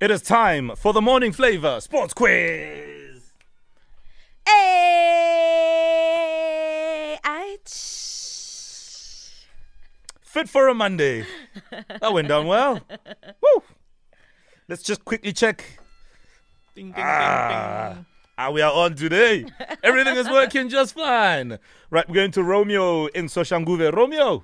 It is time for the morning flavor sports quiz. Hey, I. Ch- Fit for a Monday. That went down well. Woo! Let's just quickly check. Ding, ding, Ah, ah, we are on today. Everything is working just fine. Right, we're going to Romeo in Soshanguve. Romeo,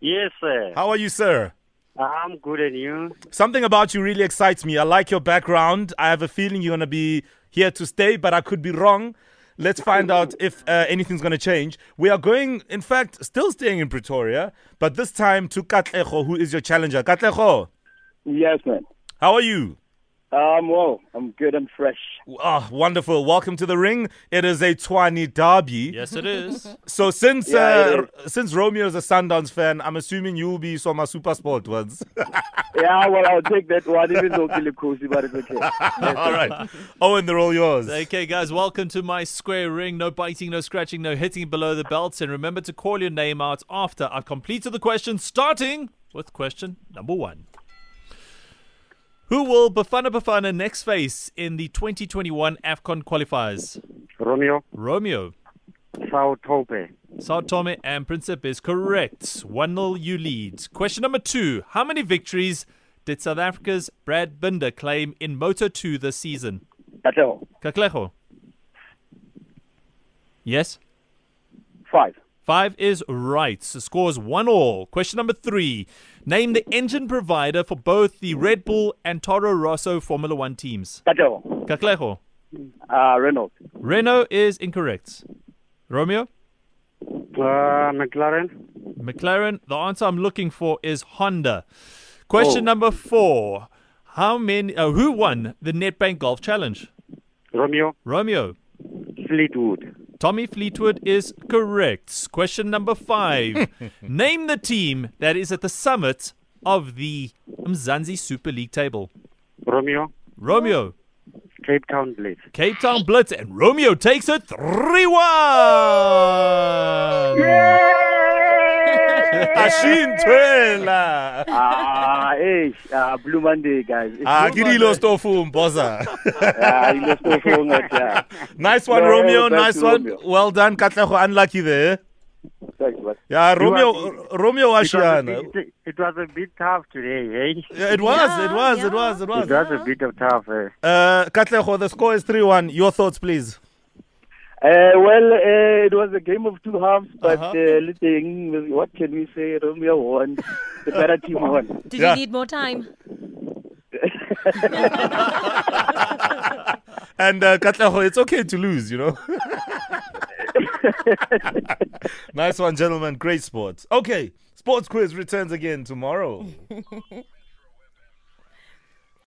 Yes, sir. how are you, sir? I'm good and you? Something about you really excites me. I like your background. I have a feeling you're going to be here to stay, but I could be wrong. Let's find out if uh, anything's going to change. We are going, in fact, still staying in Pretoria, but this time to Katleho, who is your challenger. Katleho, Yes, man. how are you? Um, well, I'm good and fresh. Oh, wonderful. Welcome to the ring. It is a Twani derby. Yes, it is. So since Yeah, it uh, r- since Romeo is a Sundowns fan, I'm assuming you'll be Soma Super Sport ones. Yeah, well, I'll take that one, even though Kilikosi, but it's okay. all right. Owen, they're all yours. okay, guys, welcome to my square ring. No biting, no scratching, no hitting below the belts. And remember to call your name out after I've completed the question, starting with question number one. Who will Bafana Bafana next face in the 2021 AFCON qualifiers? Romeo Romeo, Sao Tope. Sao Tome and Principe is correct. 1 0 you lead. Question number two How many victories did South Africa's Brad Binder claim in Moto 2 this season? That's all. Kaklejo. Yes? Five. Five is right. So scores one all. Question number three. Name the engine provider for both the Red Bull and Toro Rosso Formula One teams. That's all. Kaklejo. Uh, Reynolds. Renault is incorrect. Romeo? Uh, McLaren. McLaren. The answer I'm looking for is Honda. Question number four. How many? Uh, who won the NetBank Golf Challenge? Romeo Romeo. Fleetwood. Tommy Fleetwood is correct. Question number five. Name the team that is at the summit of the Mzanzi Super League table. Romeo Romeo, Cape Town Blitz. Cape Town Blitz, and Romeo takes it 3 1. Ashin Twela. Ah, hey, uh, Blue Monday, guys. Ah, Kirilo eh? Stofu Mbosa. Yeah, you must go for it, yeah. Nice one, Well Romeo. done, Nice one. Romeo. Well done, Katleho. Unlucky there. Thanks, man. Yeah, are- Romeo. Romeo It was, a Ashiana. bit, it was a bit tough today, eh? Yeah, It was. Yeah, It was. yeah. It was. It It was. was a bit of tough. Eh? Uh, Katleho, the score is three-one. Your thoughts, please. Uh, well, uh, it was a game of two halves, but Uh-huh. uh let's say, mm, what can we say? Romeo won. The better team won. Did Yeah. you need more time? And uh, Katleho, it's okay to lose, you know. nice one, gentlemen. Great sports. Okay, sports quiz returns again tomorrow.